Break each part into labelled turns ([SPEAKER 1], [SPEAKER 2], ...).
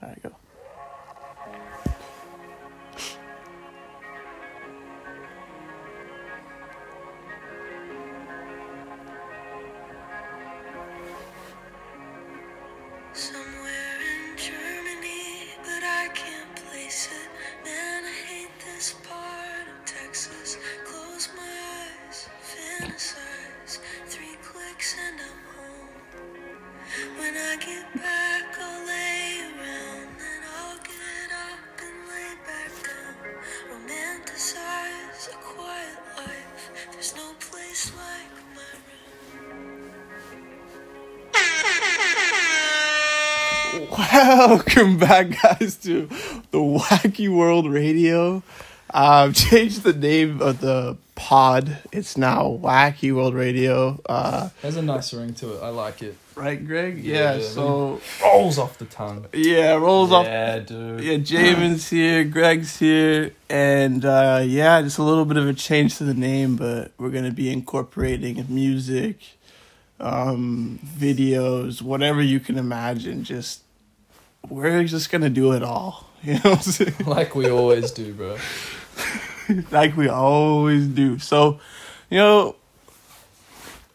[SPEAKER 1] There you go.
[SPEAKER 2] Somewhere in Germany, but I can't place it. Man, I hate this part of Texas. Close my eyes, fantasize. Three clicks and I'm home. When I get back, I'll lay around. Then I'll get up and lay back down. Romanticize a quiet life. There's no place like my room.
[SPEAKER 1] Welcome back, guys, to the Wacky World Radio. I've changed the name of the pod. It's now Wacky World Radio. Uh,
[SPEAKER 3] There's a nice ring to it. I like it.
[SPEAKER 1] right, Greg? Yeah.
[SPEAKER 3] Yeah.
[SPEAKER 1] so
[SPEAKER 3] Rolls off the tongue.
[SPEAKER 1] yeah, rolls off.
[SPEAKER 3] Yeah, dude.
[SPEAKER 1] Yeah, Javen's here, Greg's here, and uh, yeah, just a little bit of a change to the name, but we're gonna be incorporating music, um, videos, whatever you can imagine. Just we're just gonna do it all, you know. What I'm saying?
[SPEAKER 3] Like we always do, bro.
[SPEAKER 1] like we always do. So, you know,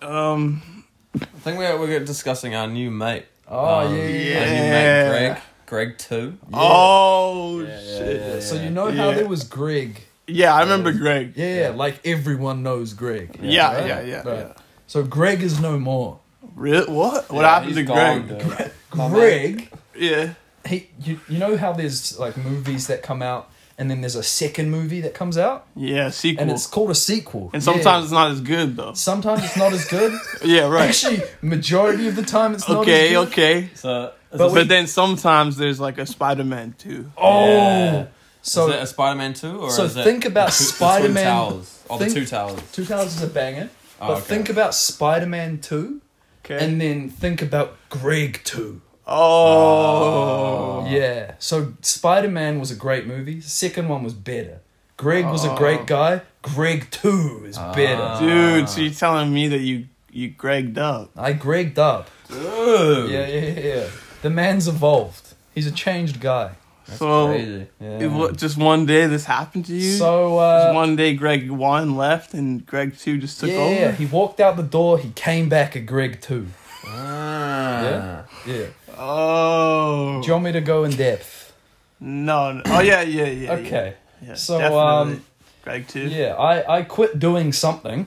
[SPEAKER 1] um,
[SPEAKER 4] I think we're, we're discussing our new mate. Um,
[SPEAKER 3] Oh, yeah, yeah,
[SPEAKER 4] Our new
[SPEAKER 1] yeah.
[SPEAKER 4] mate, Greg. Greg 2.
[SPEAKER 1] oh shit, yeah,
[SPEAKER 3] So you know how
[SPEAKER 1] Yeah.
[SPEAKER 3] there was Greg.
[SPEAKER 1] I remember Greg.
[SPEAKER 3] Yeah, like everyone knows Greg.
[SPEAKER 1] Yeah,
[SPEAKER 3] Right?
[SPEAKER 1] yeah, yeah,
[SPEAKER 3] Right.
[SPEAKER 1] yeah.
[SPEAKER 3] So Greg is no more.
[SPEAKER 1] Real, what? What happened to Greg?
[SPEAKER 3] Greg,
[SPEAKER 1] Yeah.
[SPEAKER 3] he, you, you know how there's like movies that come out and then there's a second movie that comes out
[SPEAKER 1] Yeah, sequel.
[SPEAKER 3] and it's called a sequel.
[SPEAKER 1] And
[SPEAKER 3] Yeah.
[SPEAKER 1] sometimes it's not as good though.
[SPEAKER 3] sometimes it's not as good.
[SPEAKER 1] Yeah, right.
[SPEAKER 3] Actually, majority of the time it's not as
[SPEAKER 1] okay,
[SPEAKER 3] good.
[SPEAKER 1] okay.
[SPEAKER 4] So, is
[SPEAKER 3] But
[SPEAKER 4] but
[SPEAKER 1] But,
[SPEAKER 3] we-
[SPEAKER 1] then sometimes there's like a Spider Man too.
[SPEAKER 3] Oh.
[SPEAKER 4] Yeah.
[SPEAKER 3] So
[SPEAKER 4] is it a Spider Man 2? Or
[SPEAKER 3] so
[SPEAKER 4] is it
[SPEAKER 3] think about
[SPEAKER 4] the two- the Twin
[SPEAKER 3] Spider-Man-
[SPEAKER 4] Towers? Or
[SPEAKER 3] think-
[SPEAKER 4] the Two Towers.
[SPEAKER 3] Two Towers is a banger.
[SPEAKER 1] Ah,
[SPEAKER 4] Oh,
[SPEAKER 3] but
[SPEAKER 4] okay.
[SPEAKER 3] think about Spider Man 2
[SPEAKER 1] Okay.
[SPEAKER 3] and then think about Greg 2.
[SPEAKER 1] oh.
[SPEAKER 3] Yeah. So Spider Man was a great movie. Second one was better. Greg was a great guy. Greg 2 is better.
[SPEAKER 1] Ah. Dude, so you're telling me that you you Gregged up.
[SPEAKER 3] I Gregged up.
[SPEAKER 4] Dude.
[SPEAKER 3] Yeah, yeah, yeah, yeah. The man's evolved. He's a changed guy.
[SPEAKER 1] so
[SPEAKER 4] Crazy.
[SPEAKER 1] it wa- just one day this happened to you.
[SPEAKER 3] So,
[SPEAKER 1] just
[SPEAKER 3] uh.
[SPEAKER 1] one day Greg one left and Greg two just took
[SPEAKER 3] Yeah,
[SPEAKER 1] over.
[SPEAKER 3] he walked out the door. He came back at Greg 2.
[SPEAKER 4] Ah.
[SPEAKER 3] Yeah. Yeah.
[SPEAKER 1] Oh
[SPEAKER 3] Do you want me to go in depth?
[SPEAKER 1] no, no! Oh yeah, yeah, yeah.
[SPEAKER 3] Okay.
[SPEAKER 1] Yeah, yeah,
[SPEAKER 3] So,
[SPEAKER 1] definitely.
[SPEAKER 3] um,
[SPEAKER 1] Greg two.
[SPEAKER 3] Yeah, I, I quit doing something.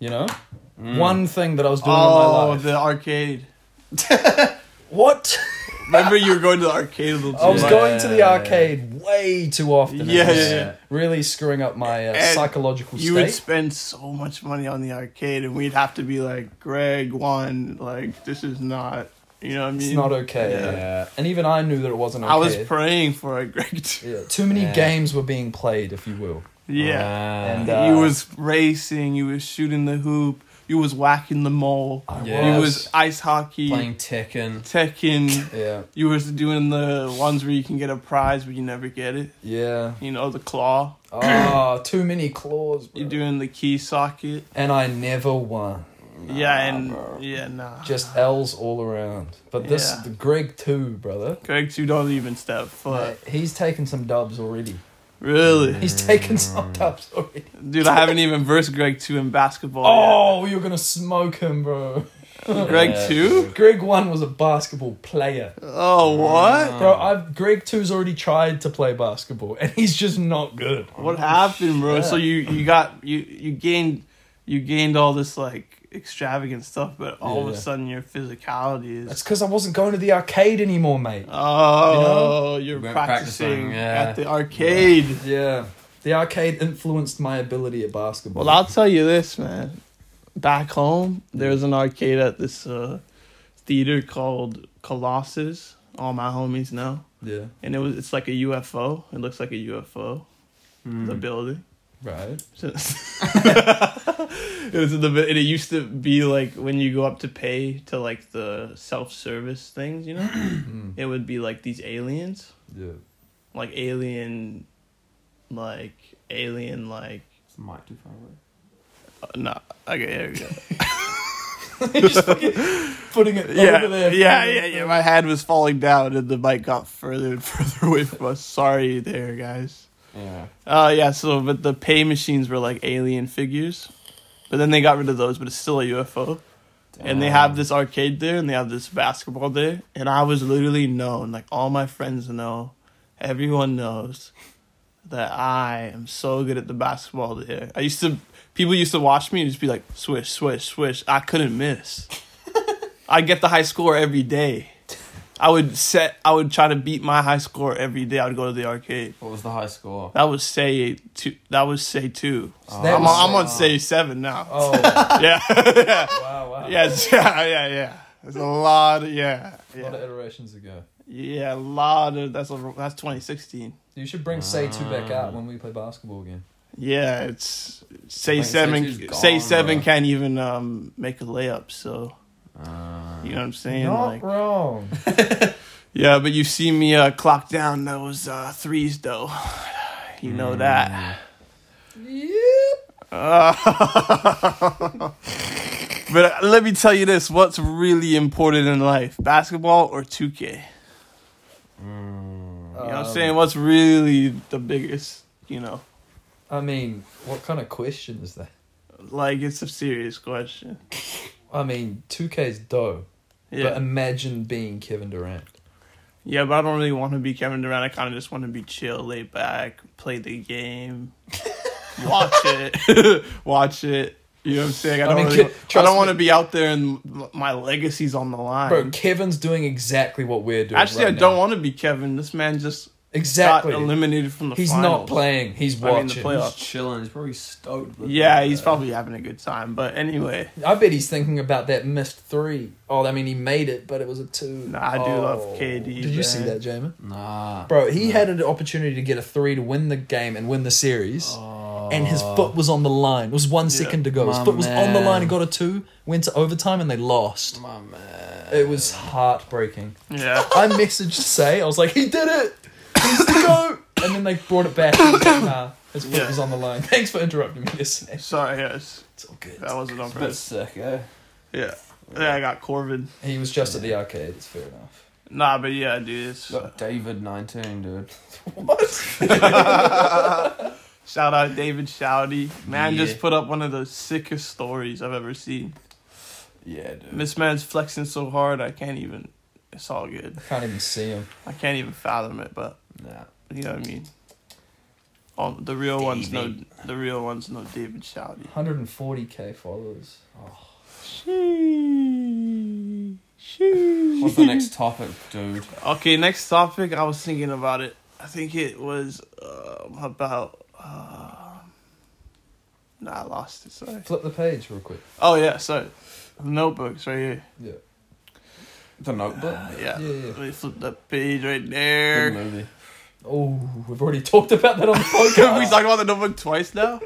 [SPEAKER 3] You know? One thing that I was doing in my
[SPEAKER 1] Mm. Oh,
[SPEAKER 3] life.
[SPEAKER 1] the arcade.
[SPEAKER 3] What?
[SPEAKER 1] Remember you were going to the arcade a little
[SPEAKER 3] I
[SPEAKER 1] too
[SPEAKER 3] was
[SPEAKER 1] much.
[SPEAKER 3] going to the arcade way too often.
[SPEAKER 1] Yeah,
[SPEAKER 3] It was
[SPEAKER 1] yeah, yeah.
[SPEAKER 3] Really screwing up my uh,
[SPEAKER 1] And
[SPEAKER 3] psychological
[SPEAKER 1] you
[SPEAKER 3] state.
[SPEAKER 1] would spend so much money on the arcade and we'd have to be like greg won like this is not you know what i mean
[SPEAKER 3] it's not okay.
[SPEAKER 1] Yeah.
[SPEAKER 3] Yeah. And even I knew that it wasn't okay.
[SPEAKER 1] i was praying for a greg to,
[SPEAKER 3] yeah. Too many
[SPEAKER 4] Yeah.
[SPEAKER 3] games were being played, if you will.
[SPEAKER 1] yeah
[SPEAKER 3] And,
[SPEAKER 4] Ah.
[SPEAKER 3] uh,
[SPEAKER 1] you was racing you was shooting the hoop you was whacking the mole
[SPEAKER 3] I
[SPEAKER 4] Yeah.
[SPEAKER 1] you
[SPEAKER 3] was.
[SPEAKER 1] was ice hockey
[SPEAKER 4] Playing Tekken.
[SPEAKER 1] tekken
[SPEAKER 3] Yeah.
[SPEAKER 1] you was doing the ones where you can get a prize but you never get it
[SPEAKER 3] Yeah.
[SPEAKER 1] you know the claw
[SPEAKER 3] Oh, too many claws.
[SPEAKER 1] you're
[SPEAKER 3] bro.
[SPEAKER 1] doing the key socket
[SPEAKER 3] And I never won.
[SPEAKER 1] yeah and yeah nah
[SPEAKER 3] Just L's all around. But this,
[SPEAKER 1] Yeah.
[SPEAKER 3] the Greg too, brother.
[SPEAKER 1] greg you don't even step foot
[SPEAKER 3] Mate, he's taken some dubs already.
[SPEAKER 1] really
[SPEAKER 3] He's taken some dubs already.
[SPEAKER 1] Dude, I haven't even versed Greg 2 in basketball
[SPEAKER 3] Oh, you're gonna smoke him, bro.
[SPEAKER 1] yet. Greg
[SPEAKER 4] Yeah.
[SPEAKER 1] 2?
[SPEAKER 3] Greg one was a basketball player,
[SPEAKER 1] Oh, what?
[SPEAKER 3] bro. I've Greg two's already tried to play basketball, and he's just not good.
[SPEAKER 1] What happened, bro?
[SPEAKER 3] shit.
[SPEAKER 1] So you you got you you gained you gained all this like extravagant stuff, but all of a
[SPEAKER 3] Yeah.
[SPEAKER 1] sudden your physicality is
[SPEAKER 3] That's because I wasn't going to the arcade anymore, mate.
[SPEAKER 1] Oh, you are
[SPEAKER 4] We're
[SPEAKER 1] practicing,
[SPEAKER 4] practicing, yeah.
[SPEAKER 1] at the arcade.
[SPEAKER 3] Yeah, the arcade influenced my ability at basketball.
[SPEAKER 1] Well, I'll tell you this, man. Back home, there was an arcade at this uh, theater called Colossus. All my homies know.
[SPEAKER 3] yeah,
[SPEAKER 1] and it was it's like a UFO. It looks like a UFO. The building.
[SPEAKER 3] right.
[SPEAKER 1] So- it was in the and it used to be like when you go up to pay to like the self service things, you know,
[SPEAKER 3] Mm,
[SPEAKER 1] it would be like these aliens,
[SPEAKER 3] yeah,
[SPEAKER 1] like alien, like alien, like
[SPEAKER 4] It's mic too far away.
[SPEAKER 1] uh, no, okay, there we go.
[SPEAKER 3] You're just fucking putting it
[SPEAKER 1] yeah,
[SPEAKER 3] over there.
[SPEAKER 1] yeah, yeah, yeah. My hand was falling down, and the mic got further and further away from us. Sorry, there, guys.
[SPEAKER 3] yeah.
[SPEAKER 1] Oh yeah, so but the pay machines were like alien figures, but then they got rid of those. But it's still a UFO, and they have this arcade there, and they have this basketball there, and I was literally known, like all my friends know, everyone knows, that I am so good at the basketball there. I used to, people used to watch me and just be like, swish, swish, swish. I couldn't miss. I get the high score every day. I would set. I would try to beat my high score every day. I would go to the arcade.
[SPEAKER 4] What was the high score?
[SPEAKER 1] That was say two. That was say two.
[SPEAKER 3] that
[SPEAKER 1] I'm,
[SPEAKER 3] was
[SPEAKER 1] on- I'm
[SPEAKER 3] say-
[SPEAKER 1] on say seven now.
[SPEAKER 3] Oh,
[SPEAKER 1] Yeah. yeah.
[SPEAKER 3] wow, wow.
[SPEAKER 1] Yes. Yeah. Yeah. Yeah. There's a lot. Of, yeah.
[SPEAKER 3] A lot of
[SPEAKER 1] Yeah.
[SPEAKER 3] iterations ago.
[SPEAKER 1] Yeah. A lot of that's a, that's 2016.
[SPEAKER 3] You should bring Say 2 back
[SPEAKER 1] Ah.
[SPEAKER 3] out when we play basketball again.
[SPEAKER 1] Yeah. It's say
[SPEAKER 4] Like, Say
[SPEAKER 1] seven.
[SPEAKER 4] Two's
[SPEAKER 1] say
[SPEAKER 4] gone,
[SPEAKER 1] seven
[SPEAKER 4] bro.
[SPEAKER 1] can't even um make a layup. So
[SPEAKER 4] Uh,
[SPEAKER 1] you know what I'm saying.
[SPEAKER 3] Not
[SPEAKER 1] like,
[SPEAKER 3] wrong.
[SPEAKER 1] yeah. But you see me uh, clock down those uh, threes though. You know
[SPEAKER 4] Mm.
[SPEAKER 1] that.
[SPEAKER 3] yep.
[SPEAKER 1] Uh, but uh, let me tell you this: what's really important in life, basketball or two K? You know what I'm
[SPEAKER 3] Um,
[SPEAKER 1] saying? What's really the biggest? You know,
[SPEAKER 3] I mean, what kind of question is that?
[SPEAKER 1] like it's a serious question.
[SPEAKER 3] I mean, 2K's dough. But um,
[SPEAKER 1] Yeah,
[SPEAKER 3] imagine being Kevin Durant.
[SPEAKER 1] yeah, but I don't really want to be Kevin Durant. I kind of just want to be chill, laid back, play the game, watch it, watch it. You know what I'm saying? I
[SPEAKER 3] I
[SPEAKER 1] don't,
[SPEAKER 3] mean,
[SPEAKER 1] really,
[SPEAKER 3] kid-
[SPEAKER 1] I
[SPEAKER 3] trust
[SPEAKER 1] don't
[SPEAKER 3] me.
[SPEAKER 1] want to be out there and my legacy's on the line.
[SPEAKER 3] Bro, Kevin's doing exactly what we're doing.
[SPEAKER 1] Actually,
[SPEAKER 3] right
[SPEAKER 1] I don't
[SPEAKER 3] now.
[SPEAKER 1] want to be Kevin. This man just
[SPEAKER 3] Exactly.
[SPEAKER 1] got eliminated from the
[SPEAKER 3] He's
[SPEAKER 1] finals.
[SPEAKER 3] not playing. He's
[SPEAKER 1] I mean, the
[SPEAKER 3] watching.
[SPEAKER 1] playoff-
[SPEAKER 4] he's chilling. He's probably stoked. with
[SPEAKER 1] Yeah,
[SPEAKER 4] it,
[SPEAKER 1] he's
[SPEAKER 4] uh,
[SPEAKER 1] probably having a good time. But anyway,
[SPEAKER 3] I bet he's thinking about that missed three. Oh, I mean, he made it, but it was a two.
[SPEAKER 1] Nah, I do
[SPEAKER 3] Oh.
[SPEAKER 1] love KD,
[SPEAKER 3] Did you see
[SPEAKER 1] man.
[SPEAKER 3] that, Jamin?
[SPEAKER 4] Nah,
[SPEAKER 3] Bro, he had an opportunity to get a three to win the game and win the series,
[SPEAKER 1] Oh.
[SPEAKER 4] Oh,
[SPEAKER 3] and his foot was on the line. It was one second to go. His
[SPEAKER 4] My
[SPEAKER 3] foot was on the line
[SPEAKER 4] man.
[SPEAKER 3] and got a two, went to overtime, and they lost.
[SPEAKER 4] my man.
[SPEAKER 3] It was heartbreaking.
[SPEAKER 1] yeah,
[SPEAKER 3] I messaged Say, I was like, he did it! He's the goat! And then they brought it back. And I was like, nah, his foot
[SPEAKER 1] Yeah.
[SPEAKER 3] was on the line. Thanks for interrupting me, yesterday.
[SPEAKER 1] sorry, yes,
[SPEAKER 3] It's all good.
[SPEAKER 1] that wasn't on
[SPEAKER 4] It's a bit
[SPEAKER 1] purpose.
[SPEAKER 4] sick, eh?
[SPEAKER 1] Yeah, yeah, I got Corbin.
[SPEAKER 3] He was just at the arcade, it's fair enough.
[SPEAKER 1] Nah, but yeah, dude, it's, uh,
[SPEAKER 4] Look, David nineteen, dude.
[SPEAKER 1] shout out David Shouty. Man,
[SPEAKER 4] Yeah.
[SPEAKER 1] just put up one of the sickest stories I've ever seen.
[SPEAKER 4] Yeah, dude.
[SPEAKER 1] This man's flexing so hard, I can't even. It's all good.
[SPEAKER 3] Can't even see him.
[SPEAKER 1] I can't even fathom it, but
[SPEAKER 4] nah.
[SPEAKER 1] you know what I mean. Oh, the real one's no, the real one's no David Shouty.
[SPEAKER 3] 140k followers. Oh.
[SPEAKER 1] She,
[SPEAKER 4] What's the next topic, dude?
[SPEAKER 1] Okay, next topic. I was thinking about it. I think it was um, about. Uh, nah, I lost it. Sorry.
[SPEAKER 3] Flip the page real quick.
[SPEAKER 1] Oh yeah, so notebooks right here.
[SPEAKER 3] Yeah.
[SPEAKER 4] The Notebook.
[SPEAKER 3] Uh,
[SPEAKER 1] Yeah.
[SPEAKER 3] Yeah, yeah.
[SPEAKER 1] Let me flip that page right
[SPEAKER 4] Good
[SPEAKER 1] there.
[SPEAKER 4] movie.
[SPEAKER 3] Oh, we've already talked about that on the
[SPEAKER 1] Have
[SPEAKER 3] podcast.
[SPEAKER 1] we talked about the notebook twice now?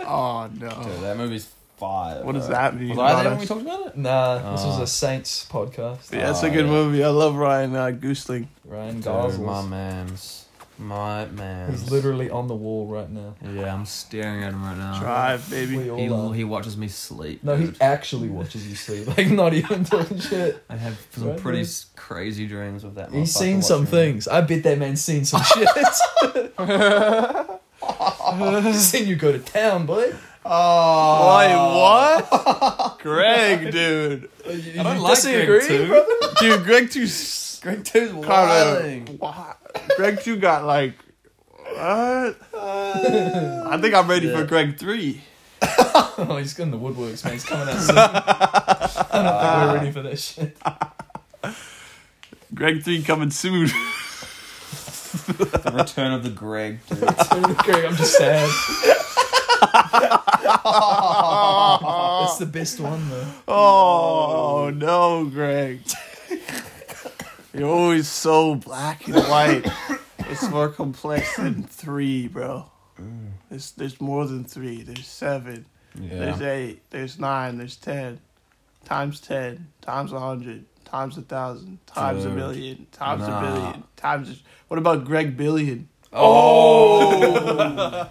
[SPEAKER 1] Oh
[SPEAKER 4] Dude,
[SPEAKER 1] no.
[SPEAKER 4] that movie's fire.
[SPEAKER 1] What does
[SPEAKER 4] bro.
[SPEAKER 1] that mean?
[SPEAKER 4] Was I
[SPEAKER 1] about
[SPEAKER 4] there when
[SPEAKER 1] us?
[SPEAKER 4] we talked about it?
[SPEAKER 3] Nah, this was
[SPEAKER 4] Ah.
[SPEAKER 3] a Saints podcast.
[SPEAKER 1] Yeah, it's a
[SPEAKER 4] Oh,
[SPEAKER 1] good
[SPEAKER 4] yeah.
[SPEAKER 1] movie. I love Ryan uh, Goosling.
[SPEAKER 3] Ryan
[SPEAKER 4] Dude, my
[SPEAKER 3] Gosling
[SPEAKER 4] man's. My man's.
[SPEAKER 3] is literally on the wall right now.
[SPEAKER 4] Yeah, I'm staring at him right now.
[SPEAKER 1] Drive, baby.
[SPEAKER 3] We
[SPEAKER 4] He,
[SPEAKER 3] all are.
[SPEAKER 4] he watches me sleep.
[SPEAKER 3] No, he
[SPEAKER 4] dude.
[SPEAKER 3] actually watches you sleep. Like, not even talking shit.
[SPEAKER 4] I have some
[SPEAKER 3] Right,
[SPEAKER 4] pretty
[SPEAKER 3] dude.
[SPEAKER 4] s crazy dreams with that.
[SPEAKER 3] He's
[SPEAKER 4] motherfucker
[SPEAKER 3] seen some
[SPEAKER 4] watching me.
[SPEAKER 3] things. I bet that man's seen some shit. He's seen you go to town, boy.
[SPEAKER 1] Oh, Wait, what? Greg, dude.
[SPEAKER 3] You, you
[SPEAKER 4] don't like
[SPEAKER 3] disagree,
[SPEAKER 4] Greg too.
[SPEAKER 3] brother?
[SPEAKER 1] Dude, Greg too. s-
[SPEAKER 4] Greg Two's
[SPEAKER 1] Carter.
[SPEAKER 4] wilding.
[SPEAKER 1] Wow. Greg 2 got like. What? I think I'm ready for
[SPEAKER 4] Yeah.
[SPEAKER 1] Greg 3.
[SPEAKER 3] Oh, he's in the woodworks, man. He's coming out soon. I don't think we're ready for that shit.
[SPEAKER 1] Greg 3 coming soon.
[SPEAKER 4] The return of the Greg. Dude.
[SPEAKER 3] Greg, I'm just sad. it's the best one, though.
[SPEAKER 1] Oh, no, Greg. You're always so black and white. It's more complex than 3, bro.
[SPEAKER 4] Mm.
[SPEAKER 1] There's, there's more than 3. There's 7. There's
[SPEAKER 4] Yeah.
[SPEAKER 1] eight. There's nine. There's ten. Times ten. Times a hundred. Times a thousand. Times a
[SPEAKER 4] Dude,
[SPEAKER 1] million. Times
[SPEAKER 4] nah.
[SPEAKER 1] a billion. Times. A, what about Greg Billion?
[SPEAKER 4] Oh.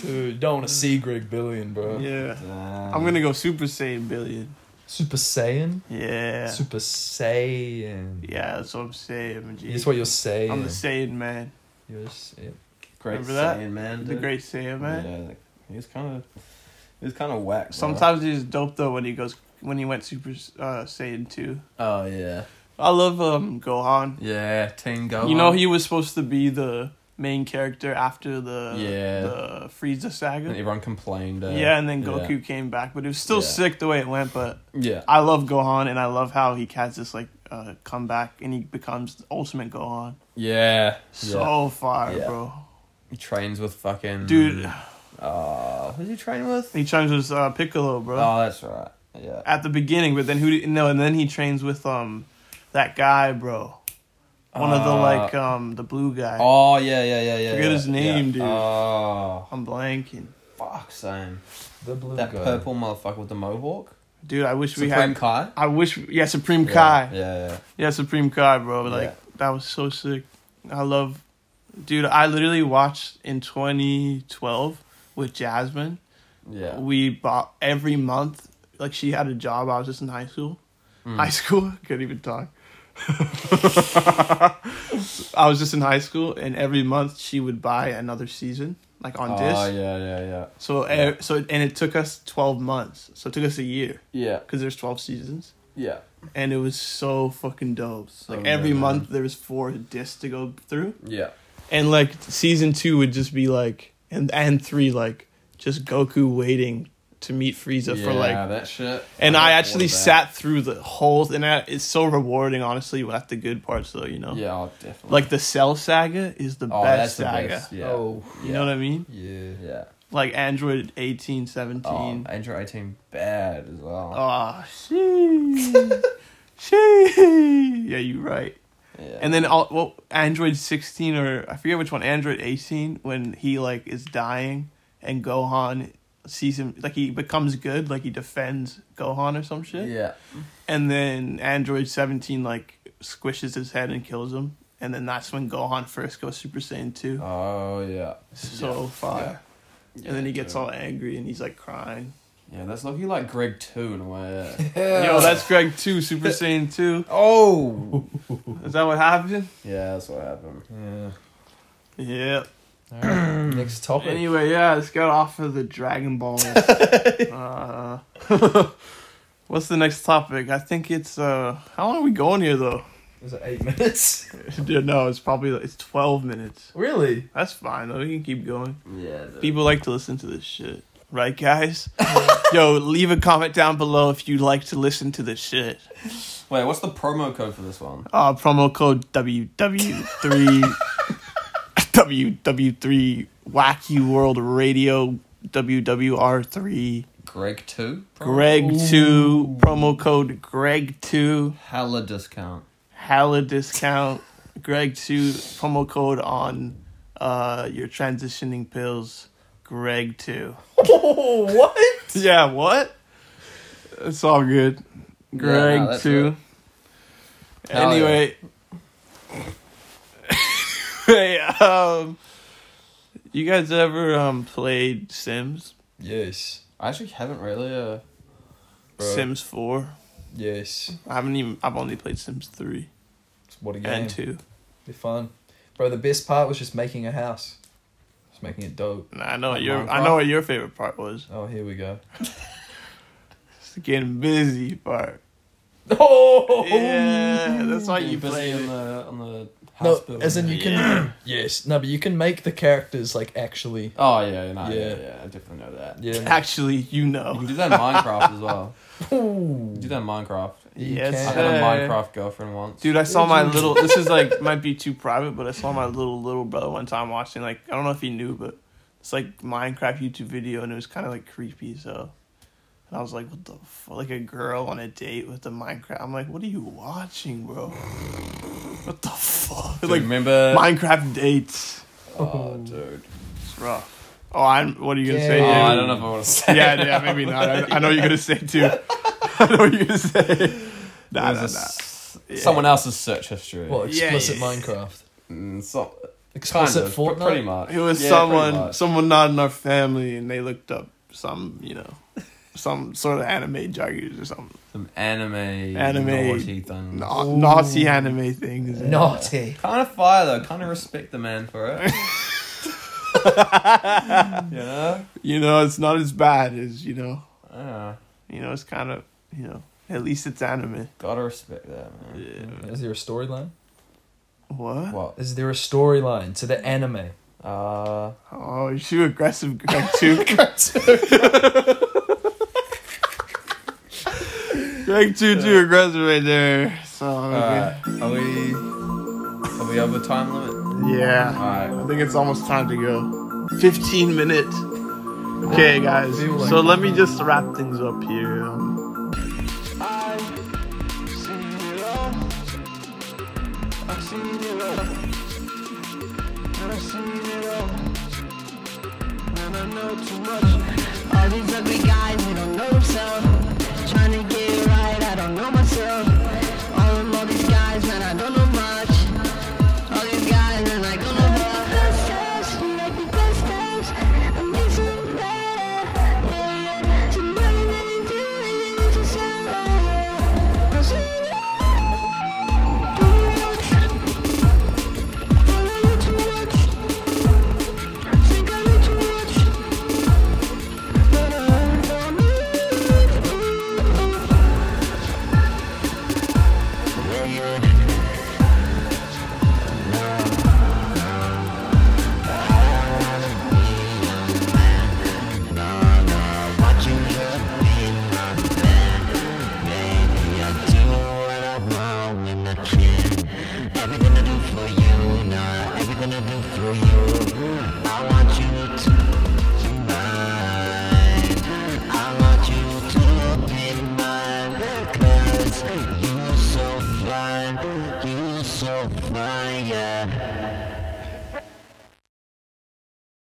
[SPEAKER 3] Dude, don't want to see Greg Billion, bro.
[SPEAKER 1] Yeah.
[SPEAKER 4] Damn.
[SPEAKER 1] I'm gonna go Super Saiyan Billion.
[SPEAKER 3] Super Saiyan?
[SPEAKER 1] Yeah.
[SPEAKER 3] Super Saiyan.
[SPEAKER 1] Yeah, that's what I'm saying. G.
[SPEAKER 3] It's what you're saying.
[SPEAKER 1] I'm the Saiyan man.
[SPEAKER 3] You're just, yeah.
[SPEAKER 4] Great
[SPEAKER 1] Remember that?
[SPEAKER 4] Saiyan man.
[SPEAKER 1] The
[SPEAKER 4] dude.
[SPEAKER 1] great Saiyan man.
[SPEAKER 4] uh, Yeah, like, he's kind of he's kind of whack. bro.
[SPEAKER 1] Sometimes he's dope though when he goes when he went Super uh, Saiyan two.
[SPEAKER 4] Oh yeah,
[SPEAKER 1] I love um Gohan.
[SPEAKER 4] yeah. Team Gohan.
[SPEAKER 1] You know he was supposed to be the main character after the
[SPEAKER 4] Yeah.
[SPEAKER 1] the Frieza
[SPEAKER 4] And
[SPEAKER 1] saga.
[SPEAKER 4] everyone complained. Uh,
[SPEAKER 1] yeah, and then
[SPEAKER 4] yeah.
[SPEAKER 1] Goku came back, but it was still
[SPEAKER 4] Yeah.
[SPEAKER 1] sick the way it went. But
[SPEAKER 4] Yeah.
[SPEAKER 1] I love Gohan, and I love how he has this like uh, comeback, and he becomes the ultimate Gohan.
[SPEAKER 4] Yeah.
[SPEAKER 1] So
[SPEAKER 4] yeah.
[SPEAKER 1] far,
[SPEAKER 4] Yeah.
[SPEAKER 1] bro.
[SPEAKER 4] He trains with fucking
[SPEAKER 1] Dude.
[SPEAKER 4] Oh, who's he train with?
[SPEAKER 1] He trains with uh, Piccolo, bro.
[SPEAKER 4] Oh, that's right. Yeah.
[SPEAKER 1] At the beginning, but then who? do- No, and then he trains with um, that guy, bro. One of the
[SPEAKER 4] Uh,
[SPEAKER 1] like um, the blue guy.
[SPEAKER 4] Oh yeah, yeah, yeah, yeah.
[SPEAKER 1] Forget
[SPEAKER 4] yeah,
[SPEAKER 1] his name,
[SPEAKER 4] yeah.
[SPEAKER 1] dude.
[SPEAKER 4] Oh
[SPEAKER 1] I'm blanking,
[SPEAKER 4] fuck, same.
[SPEAKER 3] The blue
[SPEAKER 4] That
[SPEAKER 3] guy.
[SPEAKER 4] purple motherfucker with the mohawk.
[SPEAKER 1] dude. I wish
[SPEAKER 4] Supreme
[SPEAKER 1] we had.
[SPEAKER 4] Kai.
[SPEAKER 1] I wish, yeah, Supreme
[SPEAKER 4] Yeah,
[SPEAKER 1] Kai. Yeah.
[SPEAKER 4] Yeah, yeah.
[SPEAKER 1] Supreme Kai, bro. Like
[SPEAKER 4] Yeah.
[SPEAKER 1] that was so sick. I love, dude. I literally watched in 2012 with Jasmine.
[SPEAKER 4] Yeah.
[SPEAKER 1] we bought every month. Like she had a job. I was just in high school.
[SPEAKER 4] Hmm. Mm.
[SPEAKER 1] High school couldn't even talk. I was just in high school, and every month she would buy another season, like on
[SPEAKER 4] oh
[SPEAKER 1] disc.
[SPEAKER 4] yeah, yeah, yeah.
[SPEAKER 1] So eh, so and it took us twelve months. So it took us a year
[SPEAKER 4] Yeah.
[SPEAKER 1] because there's twelve seasons,
[SPEAKER 4] Yeah.
[SPEAKER 1] and it was so fucking dope.
[SPEAKER 4] So
[SPEAKER 1] like every
[SPEAKER 4] good, man.
[SPEAKER 1] month there was four discs to go through,
[SPEAKER 4] Yeah.
[SPEAKER 1] and like season two would just be like and and three like just Goku waiting to meet Frieza
[SPEAKER 4] yeah,
[SPEAKER 1] for like
[SPEAKER 4] that shit.
[SPEAKER 1] and
[SPEAKER 4] love
[SPEAKER 1] I
[SPEAKER 4] all
[SPEAKER 1] actually
[SPEAKER 4] of that.
[SPEAKER 1] sat through the whole thing. And I, it's so rewarding, honestly. That's the good parts, though, you know?
[SPEAKER 4] Yeah, oh, definitely.
[SPEAKER 1] Like, the Cell Saga is the
[SPEAKER 4] oh,
[SPEAKER 1] best
[SPEAKER 4] that's the
[SPEAKER 1] saga.
[SPEAKER 4] best. Yeah.
[SPEAKER 3] Oh,
[SPEAKER 1] You know what I mean?
[SPEAKER 3] yeah.
[SPEAKER 4] Yeah.
[SPEAKER 1] Like, Android 18, 17.
[SPEAKER 4] Oh,
[SPEAKER 1] Oh,
[SPEAKER 4] Andrew 18 bad as well.
[SPEAKER 1] she. she. Yeah, you're right.
[SPEAKER 4] yeah.
[SPEAKER 1] And then, all, well, Android 16, or I forget which one, Android 18, when he, like, is dying and Gohan sees him, like, he becomes good, like, he defends Gohan or some shit.
[SPEAKER 4] yeah.
[SPEAKER 1] And then Android 17 like squishes his head and kills him. And then that's when Gohan first goes Super Saiyan 2.
[SPEAKER 4] Oh yeah.
[SPEAKER 1] so fire.
[SPEAKER 4] Yeah,
[SPEAKER 1] and then he gets
[SPEAKER 4] dude.
[SPEAKER 1] all angry and he's like crying.
[SPEAKER 4] Yeah, that's lucky like Greg too in a way. yeah.
[SPEAKER 1] Yo, that's Greg 2, Super Saiyan 2.
[SPEAKER 4] Oh.
[SPEAKER 1] Is that what happened?
[SPEAKER 4] yeah, that's what happened.
[SPEAKER 3] Yeah.
[SPEAKER 1] Yeah.
[SPEAKER 3] All right. Next topic.
[SPEAKER 1] Anyway, yeah, let's get off of the Dragon Ball. uh, what's the next topic? I think it's uh how long are we going here though?
[SPEAKER 3] Is it eight minutes?
[SPEAKER 1] Dude, no, it's probably it's 12 minutes.
[SPEAKER 3] really?
[SPEAKER 1] That's fine though. We can keep going.
[SPEAKER 4] Yeah. dude.
[SPEAKER 1] People like to listen to this shit. Right, guys? Yo, leave a comment down below if you like to listen to this shit.
[SPEAKER 4] Wait, what's the promo code for this one?
[SPEAKER 1] Uh, promo code WW3 WW3 Wacky World Radio WWR3
[SPEAKER 4] Greg two. promo?
[SPEAKER 1] Greg2 promo code Greg2
[SPEAKER 4] Hella discount.
[SPEAKER 1] Halla discount Greg2 promo code on uh your transitioning pills Greg2
[SPEAKER 3] Oh, what?
[SPEAKER 1] Yeah, what? It's all good. Greg
[SPEAKER 4] no, that's
[SPEAKER 1] too.
[SPEAKER 4] right. Hell
[SPEAKER 1] Anyway. hey, um you guys ever um played Sims?
[SPEAKER 3] Yes.
[SPEAKER 4] I actually haven't really. Uh,
[SPEAKER 3] Bro.
[SPEAKER 1] Sims 4.
[SPEAKER 3] Yes.
[SPEAKER 1] I haven't even I've only played Sims 3
[SPEAKER 3] What a game.
[SPEAKER 1] and 2.
[SPEAKER 3] Be fun. Bro, the best part was just making a house. Just making it dope.
[SPEAKER 1] And I know what
[SPEAKER 4] Like
[SPEAKER 1] your I
[SPEAKER 4] Minecraft?
[SPEAKER 1] know what your favorite part was.
[SPEAKER 3] Oh, here we go.
[SPEAKER 1] It's the getting busy part.
[SPEAKER 3] Oh!
[SPEAKER 1] Yeah, that's why you
[SPEAKER 4] getting busy
[SPEAKER 1] played
[SPEAKER 4] on
[SPEAKER 1] it.
[SPEAKER 4] the on the
[SPEAKER 3] No,
[SPEAKER 4] house building.
[SPEAKER 3] as in you can.
[SPEAKER 1] Yeah.
[SPEAKER 3] yes. No, but you can make the characters, like, actually.
[SPEAKER 4] Oh yeah, no, yeah,
[SPEAKER 3] Yeah.
[SPEAKER 4] yeah, I definitely know that.
[SPEAKER 3] Yeah.
[SPEAKER 1] Actually, you
[SPEAKER 4] You can
[SPEAKER 1] know.
[SPEAKER 4] do that in Minecraft as well.
[SPEAKER 3] Ooh.
[SPEAKER 4] You do that in Minecraft.
[SPEAKER 3] You
[SPEAKER 1] Yes,
[SPEAKER 3] can.
[SPEAKER 4] I had a
[SPEAKER 1] sir.
[SPEAKER 4] Minecraft girlfriend once.
[SPEAKER 1] Dude, I saw my little. This is like might be too private, but I saw my little little brother one time watching. Like I don't know if he knew, but it's like Minecraft YouTube video, and it was kind of like creepy. So, and I was like, "What the f-? like a girl on a date with the Minecraft?" I'm like, "What are you watching, bro? What the fuck?
[SPEAKER 4] Dude,
[SPEAKER 1] like
[SPEAKER 4] remember?
[SPEAKER 1] Minecraft dates?
[SPEAKER 4] oh, dude.
[SPEAKER 1] It's rough. Oh, I'm. What are you gonna
[SPEAKER 3] Yeah.
[SPEAKER 1] say?
[SPEAKER 4] Oh,
[SPEAKER 1] David?
[SPEAKER 4] I don't know if I want to say.
[SPEAKER 1] Yeah, yeah, maybe not. I, I know what you're gonna say too. I know what you're gonna say. Nah, nah,
[SPEAKER 4] It was a
[SPEAKER 1] nah.
[SPEAKER 4] s-
[SPEAKER 1] Yeah.
[SPEAKER 4] Someone else's search history.
[SPEAKER 3] What,
[SPEAKER 1] Yeah,
[SPEAKER 3] explicit
[SPEAKER 1] yeah, yeah.
[SPEAKER 3] Minecraft?
[SPEAKER 4] Mm, so, kind
[SPEAKER 3] Explicit
[SPEAKER 4] of,
[SPEAKER 3] Fortnite?
[SPEAKER 4] but pretty much.
[SPEAKER 1] It was
[SPEAKER 4] Yeah, pretty
[SPEAKER 1] someone,
[SPEAKER 4] much.
[SPEAKER 1] someone not in our family, and they looked up some, you know, some sort of anime juggies or something.
[SPEAKER 4] Some anime,
[SPEAKER 1] Anime.
[SPEAKER 4] naughty thing.
[SPEAKER 1] Na- naughty anime things.
[SPEAKER 3] Naughty.
[SPEAKER 4] Kind of fire though. Kind of respect the man for it. you know.
[SPEAKER 1] You know, it's not as bad as you know.
[SPEAKER 4] Yeah.
[SPEAKER 1] You know, it's kind of you know. At least it's anime.
[SPEAKER 4] Gotta respect that man.
[SPEAKER 3] Is there a storyline?
[SPEAKER 1] What?
[SPEAKER 4] What?
[SPEAKER 3] Is there a storyline to the anime?
[SPEAKER 4] Uh.
[SPEAKER 1] Oh, you're too aggressive, Greg. Too. Greg, too too aggressive right there. So
[SPEAKER 4] Alright, are we are we over time limit?
[SPEAKER 1] yeah,
[SPEAKER 4] Alright.
[SPEAKER 1] I think it's almost time to go. Fifteen minutes. Okay, guys.
[SPEAKER 3] feel like-
[SPEAKER 1] So let me just wrap things up here. Um,
[SPEAKER 5] All these ugly guys, they don't know themselves. Trying to get it right, I don't know myself. All of all these guys, man, I don't know much. All these guys, man, I don't know
[SPEAKER 2] much.
[SPEAKER 5] So fine, yeah.